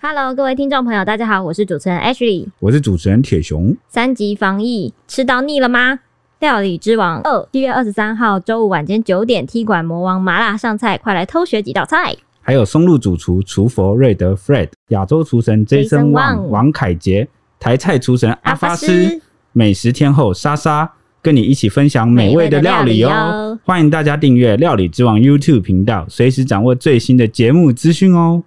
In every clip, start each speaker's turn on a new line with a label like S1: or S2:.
S1: Hello，各位听众朋友，大家好，我是主持人 Ashley。
S2: 我是主持人铁熊，
S1: 三级防疫吃到腻了吗？料理之王二，七月二十三号周五晚间九点，踢馆魔王麻辣上菜，快来偷学几道菜。
S2: 还有松露主厨厨佛瑞德 Fred、亚洲厨神
S1: Jason
S2: Jason
S1: Wang
S2: Wang、王凯杰、台菜厨神阿发斯、，美食天后莎莎，跟你一起分享美味的料理
S1: 美味的料理哦
S2: 哦！欢迎大家订阅《料理之王》YouTube 频道，随时掌握最新的节目资讯哦。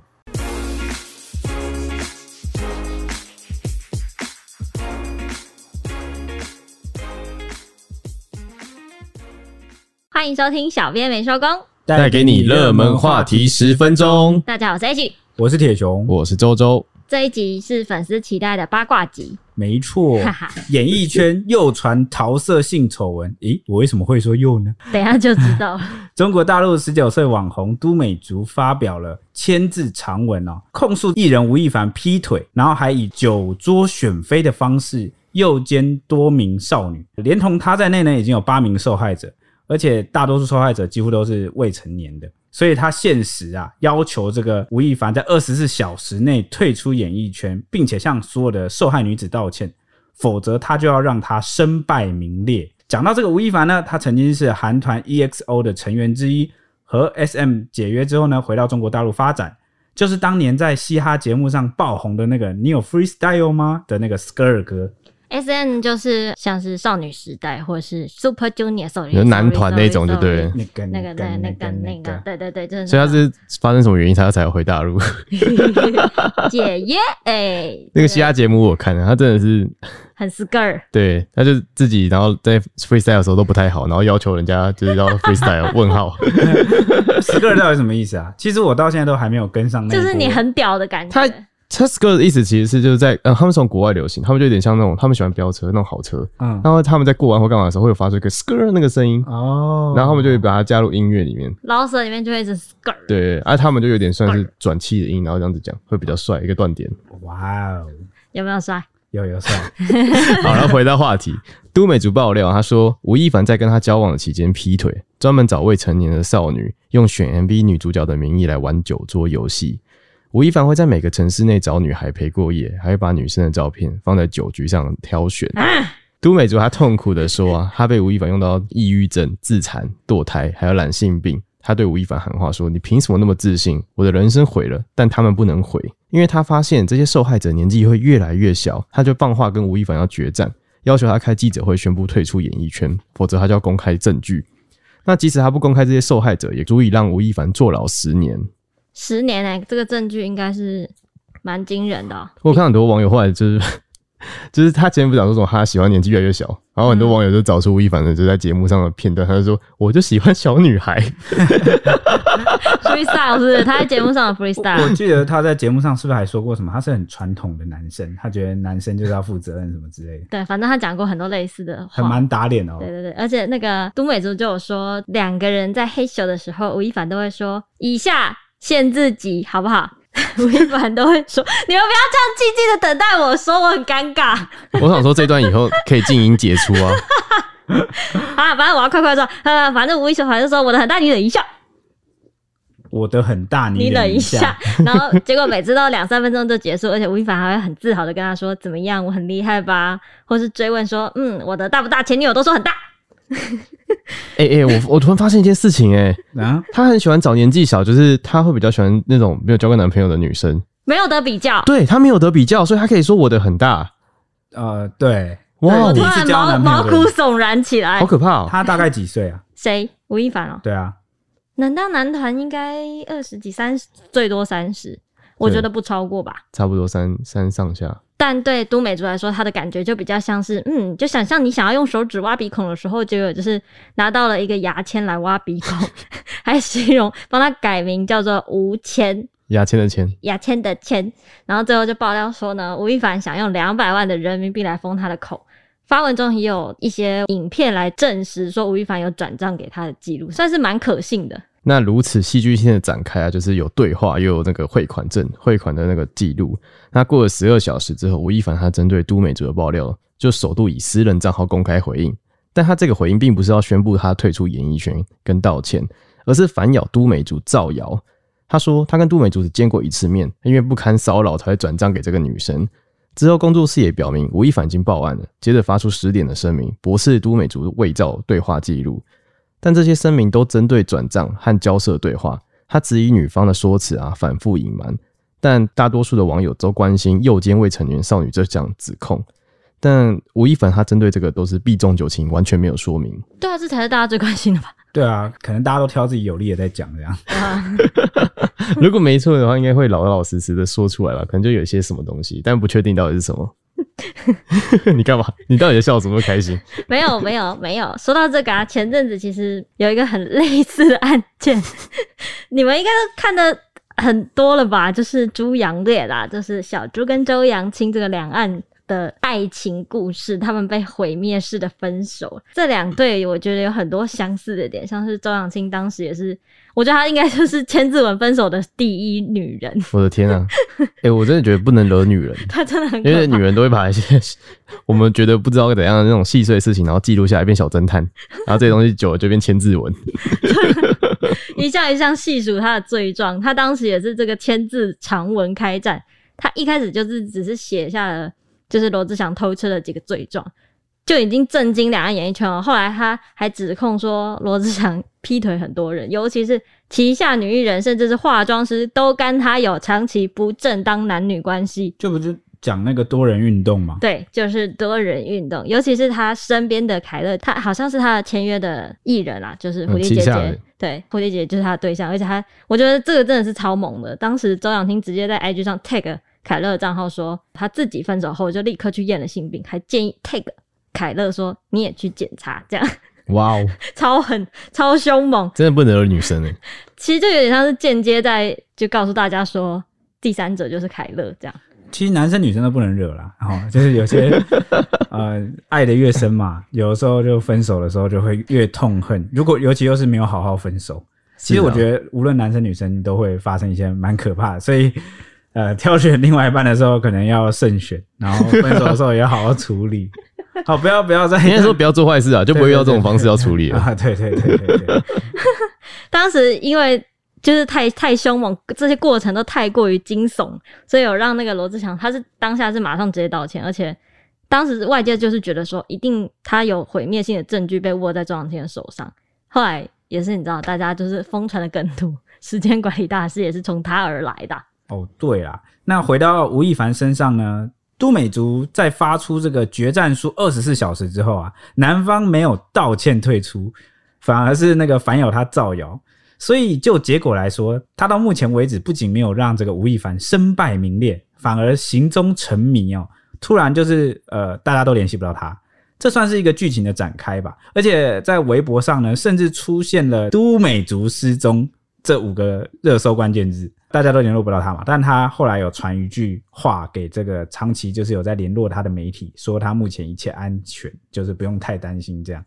S1: 欢迎收听小编没收工。
S3: 带给你热门话题，十分钟。
S1: 大家好，我是 H。
S2: 我是铁熊，
S3: 我是周周，
S1: 这一集是粉丝期待的八卦集，
S2: 没
S3: 哦
S2: 错
S1: 哈，哈，
S2: 演艺圈又传桃色性丑闻，咦，我为什么会说又呢？
S1: 等一下就知道 了。
S2: 中国大陆十九岁网红都美竹发表了千字长文哦，控诉艺人吴亦凡劈腿，然后还以酒桌选妃的方式诱奸多名少女，连同她在内呢，已经有八名受害者，而且大多数受害者几乎都是未成年的。所以他限时啊，要求这个吴亦凡在二十四小时内退出演艺圈，并且向所有的受害女子道歉。否则他就要让他身败名裂。讲到这个吴亦凡呢，他曾经是韩团 EXO 的成员之一，和 SM 解约之后呢，回到中国大陆发展，就是当年在嘻哈节目上爆红的那个“你有 freestyle 吗”的那个 Skr 歌。
S1: S N 就是像是少女时代或是 Super Junior，sorry，
S3: 有男团那种就
S1: sorry，sorry，
S3: 对了
S1: sorry
S2: 那个、
S1: 那个、那个、那个、那个，对对对，就是那种。
S3: 所以他是发生什么原因他才回大陆？
S1: 解约，哎、
S3: 那个嘻哈节目我看啊了，他真的是
S1: 很 skr，
S3: 对，他就自己然后在 freestyle 的时候都不太好，然后要求人家就是要 freestyle 问号，
S2: Skr 到底什么意思啊？其实我到现在都还没有跟上那一
S1: 就
S2: 波。
S1: 是你很屌的感觉。
S3: 他他 s k i r 的意思其实是就是在呃他们从国外流行，他们就有点像那种他们喜欢飙车那种好车，
S2: 嗯
S3: 然后他们在过完或干嘛的时候会有发出一个 s k i r 那个声音，
S2: 哦，
S3: 然后他们就会把它加入音乐里面。
S1: 老舍里面就会是 skr，
S3: 对，啊，他们就有点算是转气的音，然后这样子讲会比较帅，一个断点。
S2: 哇哦，
S1: 有没有帅？
S2: 有有 帅，
S3: 好，然后回到话题，都美竹爆料，她说吴亦凡在跟她交往的期间劈腿，专门找未成年的少女，用选 MV 女主角的名义来玩酒桌游戏。吴亦凡会在每个城市内找女孩陪过夜，还会把女生的照片放在酒局上挑选。都美竹她痛苦的说啊，她被吴亦凡用到抑郁症、自残、堕胎，还有懒性病。她对吴亦凡喊话说：“你凭什么那么自信？我的人生毁了，但他们不能毁，因为她发现这些受害者年纪会越来越小。”她就放话跟吴亦凡要决战，要求他开记者会宣布退出演艺圈，否则他就要公开证据。那即使他不公开这些受害者，也足以让吴亦凡坐牢十年。
S1: 十年哎、这个证据应该是蛮惊人的、哦。
S3: 我看很多网友后来就是， 就是他前面不是讲说什么他喜欢年纪越来越小，然后很多网友就找出吴亦凡的就在节目上的片段，他就说我就喜欢小女孩，
S1: freestyle 是不是他在节目上的
S2: 我
S1: freestyle，
S2: 记得他在节目上是不是还说过什么？他是很传统的男生，他觉得男生就是要负责任什么之类的，
S1: 对，反正他讲过很多类似的
S2: 很
S1: 话。
S2: 蛮打脸哦。
S1: 对对对，而且那个都美竹就有说，两个人在嘿咻的时候，吴亦凡都会说以下限自己好不好？ 吴亦凡都会说，你们不要这样静静的等待我说，我很尴尬。
S3: 我想说这段以后可以静音解除啊，
S1: 啊，反正我要快快说，呃，反正吴亦凡就说我的很大，你忍一下，
S2: 我的很大，
S1: 你
S2: 忍
S1: 忍一下。 然后结果每次都两三分钟就结束，而且吴亦凡还会很自豪的跟他说怎么样，我很厉害吧，或是追问说，嗯，我的大不大？前女友都说很大，
S3: 哎、哎、我我突然发现一件事情、哎，
S2: 啊！
S3: 他很喜欢找年纪小，就是他会比较喜欢那种没有交过男朋友的女生，
S1: 没有得比较。
S3: 对他没有得比较，所以他可以说我的很大，
S2: 呃，对，
S1: 我
S3: 哇
S1: 突，
S2: 你是
S1: 然
S2: 交
S1: 毛
S2: 男朋
S1: 毛
S2: 友的
S1: 骨悚然起来
S3: 好。可怕哦！
S2: 他大概几岁啊？
S1: 谁？吴亦凡哦？
S2: 对啊，
S1: 难道男团应该二十几、三十，最多三十？我觉
S3: 对
S1: 得不超过吧。
S3: 差不多三三上下，
S1: 但对都美竹来说，她的感觉就比较像是，嗯，就想象你想要用手指挖鼻孔的时候，结果就是拿到了一个牙签来挖鼻孔， 还形容帮他改名叫做吴签，
S3: 牙签的签，
S1: 牙签的签。然后最后就爆料说呢，吴亦凡想用两百万的人民币来封他的口。发文中也有一些影片来证实说吴亦凡有转账给他的记录，算是蛮可信的。
S3: 那如此戏剧性的展开啊，就是有对话，又有那个汇款证、汇款的那个记录。那过了十二小时之后，吴亦凡他针对都美竹的爆料，就首度以私人账号公开回应。但他这个回应并不是要宣布他退出演艺圈跟道歉，而是反咬都美竹造谣。他说他跟杜美竹只见过一次面，因为不堪骚扰才会转账给这个女生。之后，工作室也表明吴亦凡已经报案了，接着发出十点的声明，驳斥都美竹伪造对话记录。但这些声明都针对转账和交涉对话，他质疑女方的说辞啊，反复隐瞒。但大多数的网友都关心诱奸未成年少女这项指控，但吴亦凡他针对这个都是避重就轻，完全没有说明。
S1: 对啊，这才是大家最关心的吧？
S2: 对啊，可能大家都挑自己有利的在讲这样。
S1: 啊，
S3: 如果没错的话，应该会老老实实的说出来吧，可能就有一些什么东西，但不确定到底是什么。 你干嘛？你到底在笑什么？开心？
S1: 没有没有没有。说到这个啊，前阵子其实有一个很类似的案件， 你们应该都看的很多了吧？就是猪羊烈啦，就是小猪跟周扬青这个两岸。的爱情故事，他们被毁灭式的分手，这两对我觉得有很多相似的点，像是周扬青当时也是，我觉得她应该就是千字文分手的第一女人，
S3: 我的天啊！ 哎、我真的觉得不能惹女人，
S1: 她真的很可
S3: 因为
S1: 怕。
S3: 女人都会把一些我们觉得不知道怎样的那种细碎的事情，然后记录下来变小侦探，然后这些东西久了就变千字文。
S1: 一项一项细数他的罪状。他当时也是这个千字长文开战，他一开始就是只是写下了就是罗志祥偷吃的几个罪状，就已经震惊两岸演艺圈了。后来他还指控说罗志祥劈腿很多人，尤其是旗下女艺人，甚至是化妆师，都跟他有长期不正当男女关系。
S2: 这不就讲那个多人运动吗？
S1: 对，就是多人运动，尤其是他身边的凯乐，他好像是他的签约的艺人啦，就是蝴
S3: 嗯
S1: 蝶姐
S3: 旗
S1: 姐，
S3: 下的
S1: 对，蝴蝶姐姐就是他的对象，而且他，我觉得这个真的是超猛的。当时周扬青直接在 IG 上 tag 凯乐的账号说，他自己分手后就立刻去验了性病，还建议 tag 凯乐说你也去检查，这样
S3: 哇哦，
S1: 超狠、超凶猛，
S3: 真的不能惹女生哎、
S1: 其实就有点像是间接在就告诉大家说，第三者就是凯乐这样。
S2: 其实男生女生都不能惹啦， 然、后就是有 些呃爱的越深嘛，有的时候就分手的时候就会越痛恨。如果尤其又是没有好好分手，其
S3: 啊
S2: 实我觉得无论男生女生都会发生一些蛮可怕的，所以呃挑选另外一半的时候可能要慎选，然后分手的时候也要好好处 理，好不要不要再
S3: 应该说不要做坏事啊，就不会用这种方式要处理 了。
S2: 啊，对对对对对，
S1: 当时因为就是太太凶猛，这些过程都太过于惊悚，所以有让那个罗志祥，他是当下是马上直接道歉，而且当时外界就是觉得说，一定他有毁灭性的证据被握在庄长天的手上。后来也是你知道，大家就是疯传的梗图，时间管理大师也是从他而来的。
S2: 哦，对啦，那回到吴亦凡身上呢，都美竹在发出这个决战书二十四小时之后啊，男方没有道歉退出，反而是那个反咬他造谣。所以就结果来说，他到目前为止不仅没有让这个吴亦凡身败名裂，反而行踪沉迷哦，突然就是呃，大家都联系不到他。这算是一个剧情的展开吧，而且在微博上呢，甚至出现了“都美竹失踪”这五个热搜关键字，大家都联络不到他嘛。但他后来有传一句话给这个长期就是有在联络他的媒体，说他目前一切安全，就是不用太担心这样。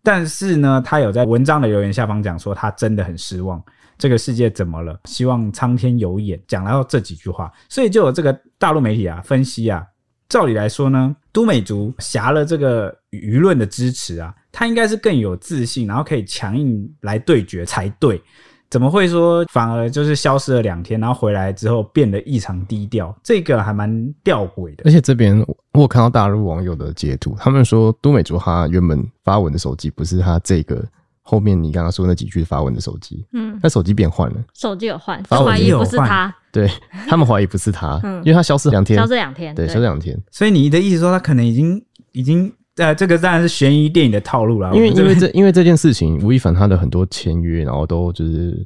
S2: 但是呢，他有在文章的留言下方讲说，他真的很失望，这个世界怎么了？希望苍天有眼。讲到这几句话，所以就有这个大陆媒体啊分析啊，照理来说呢，都美竹挟了这个舆论的支持啊，他应该是更有自信，然后可以强硬来对决才对。怎么会说反而就是消失了两天，然后回来之后变得异常低调？这个还蛮吊诡的
S3: 而。且这边我我有看到大陆网友的截图，他们说都美竹她原本发文的手机不是她这个后面你刚刚说那几句发文的手机，
S1: 嗯，
S3: 那手机变换了。
S1: 手机有换，
S3: 发
S1: 就
S3: 文
S1: 怀
S2: 也
S1: 疑
S2: 有
S1: 不是
S2: 换
S1: 他，
S3: 对他们怀疑不是她，
S1: 嗯
S3: 因为她消失两天
S1: 消，这两天。
S3: 对，消失两天，
S2: 所以你的意思说，他可能已经已经呃，这个当然是悬疑电影的套路了。
S3: 因为
S2: 啊我们这边
S3: 因为这因为这件事情，吴亦凡他的很多签约，然后都就是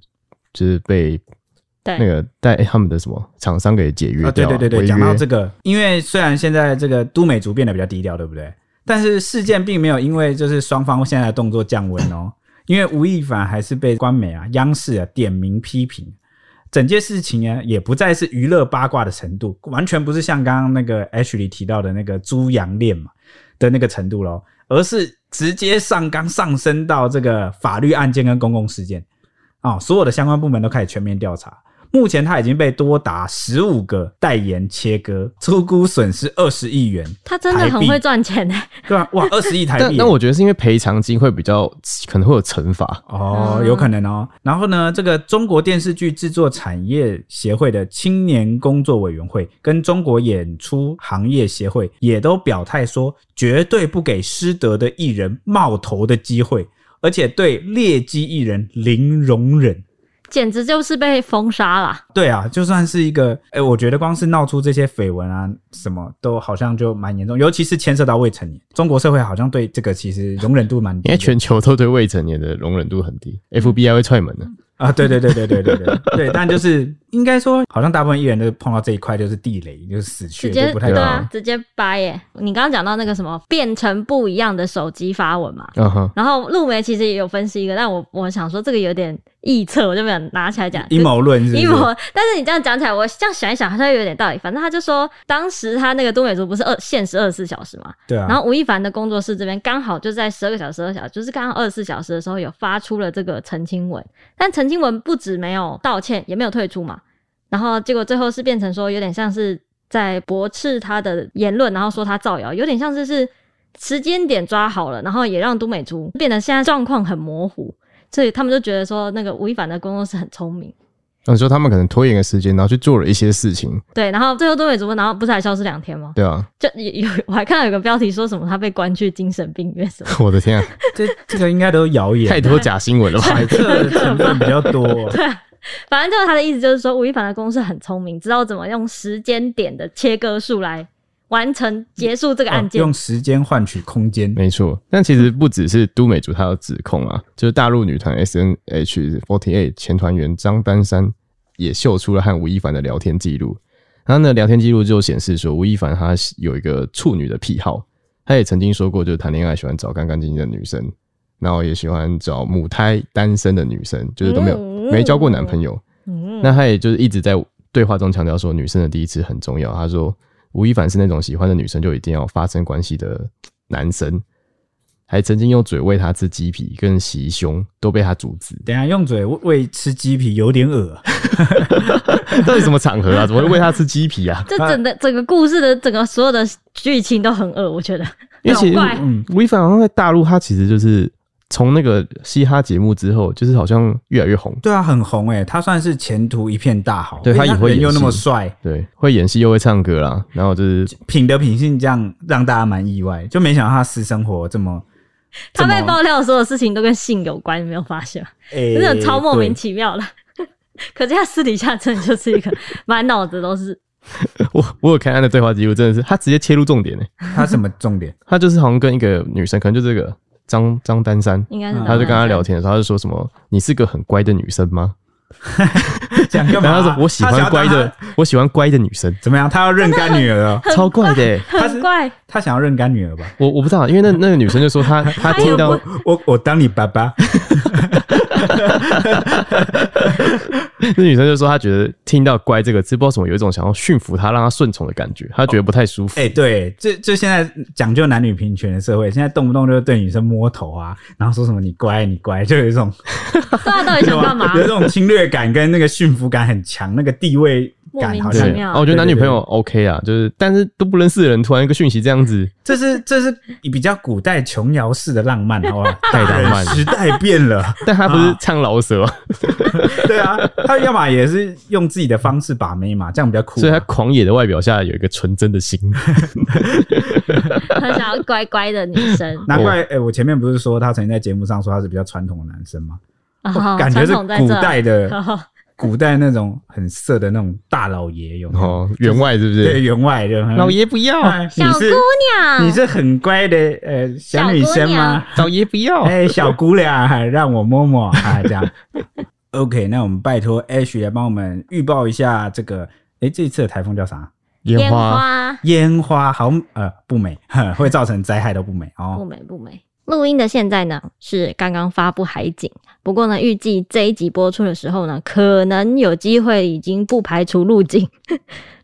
S3: 就是被
S1: 对
S3: 那个带哎他们的什么厂商给解约
S2: 啊，对
S3: 掉啊，
S2: 对对
S3: 违
S2: 对，
S3: 约
S2: 讲到这个，因为虽然现在这个都美竹变得比较低调，对不对？但是事件并没有因为就是双方现在的动作降温哦， 因为吴亦凡还是被官媒啊、央视啊点名批评。整件事情呢，也不再是娱乐八卦的程度，完全不是像刚刚那个 H 里提到的那个猪羊恋嘛的那个程度咯，而是直接上纲上升到这个法律案件跟公共事件啊、哦所有的相关部门都开始全面调查，目前他已经被多达十五个代言切割，出估损失二十亿元，
S1: 他真的很会赚钱呢、
S2: 对吧、哇，二十亿台币
S3: 但
S2: 耶！
S3: 但我觉得是因为赔偿金会比较可能会有惩罚，
S2: 哦，
S1: 嗯
S2: 有可能哦。然后呢，这个中国电视剧制作产业协会的青年工作委员会跟中国演出行业协会也都表态说，绝对不给失德的艺人冒头的机会，而且对劣迹艺人零容忍。
S1: 简直就是被封杀啦！
S2: 对啊，就算是一个，哎、我觉得光是闹出这些绯闻啊，什么都好像就蛮严重，尤其是牵涉到未成年，中国社会好像对这个其实容忍度蛮低的。
S3: 因为全球都对未成年的容忍度很低，FBI 会踹门的。
S2: 啊，对对对对对对对对，但就是应该说，好像大部分艺人都碰到这一块就是地雷，就是死
S1: 直
S2: 穴，
S1: 接
S2: 就不太
S1: 对
S2: 懂
S1: 啊，直接掰耶、你刚刚讲到那个什么变成不一样的手机发文嘛，
S3: 嗯哼，
S1: 然后陆梅其实也有分析一个，但我我想说这个有点臆测，我就没有拿起来讲。
S2: 阴谋论是不是
S1: 阴谋，但是你这样讲起来，我这样想一想，好像有点道理。反正他就说，当时他那个都美竹不是二限时二十四小时嘛，
S2: 对啊，
S1: 然后吴亦凡的工作室这边刚好就在十二个小时、二小时，就是刚好二十四小时的时候有发出了这个澄清文，但澄清文不止没有道歉，也没有退出嘛，然后结果最后是变成说有点像是在驳斥他的言论，然后说他造谣，有点像是是时间点抓好了，然后也让都美竹变得现在状况很模糊，所以他们就觉得说那个吴亦凡的工作室很聪明。
S3: 那你说他们可能拖延个时间，然后去做了一些事情，
S1: 对，然后最后都美竹，然后不是还消失两天吗？
S3: 对啊，
S1: 就有有我还看到有个标题说什么他被关去精神病院什么的
S3: 我的 天啊，
S2: 这这个应该都是谣言，啊
S3: 太多假新闻了吧？
S2: 揣测的成分比较 多。
S1: 啊反正就是他的意思，就是说吴亦凡的公司很聪明，知道怎么用时间点的切割数来完成结束这个案
S2: 哦
S1: 件。
S2: 用时间换取空间，。
S3: 没错，但其实不只是都美竹她的指控啊，就是大陆女团 S N H 4 8前团员张丹山也秀出了和吴亦凡的聊天记录。然后呢，聊天记录就显示说，吴亦凡他有一个处女的癖好，他也曾经说过，就是谈恋爱喜欢找干干净净的女生，然后也喜欢找母胎单身的女生，就是都没有
S1: 嗯
S3: 没交过男朋友。
S1: 嗯，
S3: 那他也就是一直在对话中强调说，女生的第一次很重要。他说，吴亦凡是那种喜欢的女生就一定要发生关系的男生，还曾经用嘴喂她吃鸡皮跟袭胸， 都被他阻止
S2: 等一下用嘴喂喂吃鸡皮有点恶啊，
S3: 到底什么场合啊？怎么会喂她吃鸡皮啊？
S1: 这整个整个故事的整个所有的剧情都很恶，我觉得。
S3: 因为其实
S1: 搞怪
S2: 嗯，
S3: 吴亦凡好像在大陆，他其实就是从那个嘻哈节目之后，就是好像越来越红。
S2: 对啊，很红诶，他算是前途一片大好，
S3: 对
S2: 因为
S3: 他也会
S2: 人
S3: 演
S2: 又那
S3: 戏
S2: 么帅，
S3: 对，会演戏又会唱歌啦，然后就是
S2: 品德品性这样让大家蛮意外，就没想到他私生活这么，
S1: 他被
S2: 这么
S1: 爆料的所有事情都跟性有关，你没有发现吗？
S2: 诶
S1: 真的超莫名
S2: 欸对
S1: 其妙的。 可是他私底下真的就是一个满脑子都是，
S3: 我我有看他的对话记录，真的是他直接切入重点呢、
S2: 他什么重点？
S3: 他就是好像跟一个女生，可能就这个张张丹山，
S1: 应该是
S2: 嗯
S3: 啊他就跟他
S1: 男生
S3: 聊天的时候，他就说什么“你是个很乖的女生吗
S2: 讲？”干嘛、
S3: 然后他说：“我喜
S2: 他想
S3: 欢
S2: 要
S3: 乖
S2: 当
S3: 的
S2: 他，
S3: 我喜欢乖的女生，
S2: 怎么样？他要认干女儿、哦，
S3: 超怪的欸、
S2: 他 是
S1: 很怪，
S2: 他想要认干女儿吧？
S3: 我我不知道，因为那那个女生就 说她她听到
S1: 哎我
S2: 我我当你爸爸，
S3: 那女生就说她觉得听到“乖”这个字，不知道怎么有一种想要驯服她、让她顺从的感觉，她觉得不太舒服。
S2: 哎、对，这这现在讲究男女平权的社会，现在动不动就对女生摸头啊，然后说什么你乖你乖，就有一种
S1: 对啊，到底想 干嘛
S2: 有？这种侵略感跟那个驯服感很强，那个地位感
S1: 莫
S2: 好
S1: 名
S2: 像
S1: 其
S3: 对，
S1: 妙
S3: 哦我觉得男女朋友 OK 啊，就是但是都不认识的人，突然一个讯息这样子，
S2: 这是这是比较古代琼瑶式的浪漫，好吧？
S3: 太浪漫
S2: 人时代变了，
S3: 但她不
S2: 啊
S3: 是唱老舌，
S2: 对啊，他要么也是用自己的方式把妹嘛，这样比较酷嘛。啊
S3: 所以她狂野的外表下有一个纯真的心。
S1: 他想要乖乖的女生，
S2: 难怪，
S3: 哦
S2: 哎、我前面不是说他曾经在节目上说他是比较传统的男生吗？
S1: 然 后
S2: 哦感觉
S1: 啊传
S2: 是
S1: 统在这
S2: 古代 的
S1: 哦
S2: 古代那种很色的那种大老爷有没有
S3: 哦，员外是不
S2: 对
S3: 是？
S2: 员外的
S3: 老爷不要，
S2: 哎
S1: 小
S2: 你
S1: 姑
S2: 是
S1: 娘，
S2: 你是很乖的呃小女生吗？
S3: 老爷不要。
S2: 哎、小姑娘，哎让我摸摸啊，这样。OK，那我们拜托 Ash 来帮我们预报一下这个，哎、这一次的台风叫啥？
S1: 烟花
S2: 烟花好呃不美， 呵会造成灾害都不美
S1: 不
S2: 哦。
S1: 美不美。录音的现在呢是刚刚发布海景，不过呢预计这一集播出的时候呢，可能有机会已经不排除陆 警。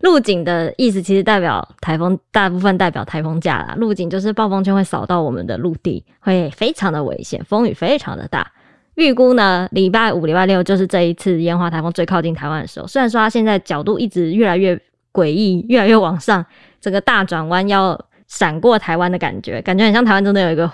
S1: 陆警的意思其实代表台风，大部分代表台风假啦。陆警就是暴风圈会扫到我们的陆地，会非常的危险，风雨非常的大。预估呢，礼拜五、礼拜六就是这一次烟花台风最靠近台湾的时候。虽然说它现在角度一直越来越诡异，越来越往上，整个大转弯要闪过台湾的感觉，感觉很像台湾真的有一个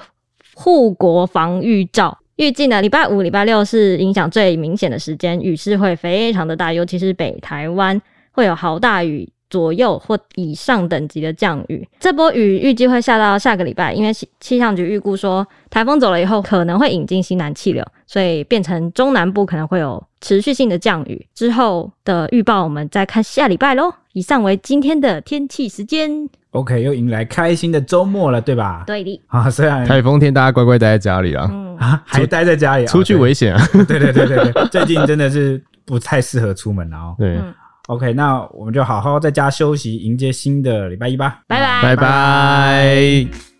S1: 护国防御罩。预计呢，礼拜五、礼拜六是影响最明显的时间，雨势会非常的大，尤其是北台湾会有豪大雨左右或以上等级的降雨。这波雨预计会下到下个礼拜，因为气气象局预估说，台风走了以后可能会引进西南气流，所以变成中南部可能会有持续性的降雨。之后的预报我们再看下礼拜喽。以上为今天的天气时间。
S2: OK，又迎来开心的周末了，对吧？
S1: 对的，
S2: 啊，虽然
S3: 台风天大家乖乖待在家里啊，
S1: 嗯，
S2: 啊还待在家里，
S3: 出去
S2: 围。
S3: 危险啊。
S2: 对对对对对，最近真的是不太适合出门了哦。
S3: 对，
S1: 嗯
S2: OK，那我们就好好在家休息，迎接新的礼拜一吧。
S1: 拜拜。
S3: 拜拜。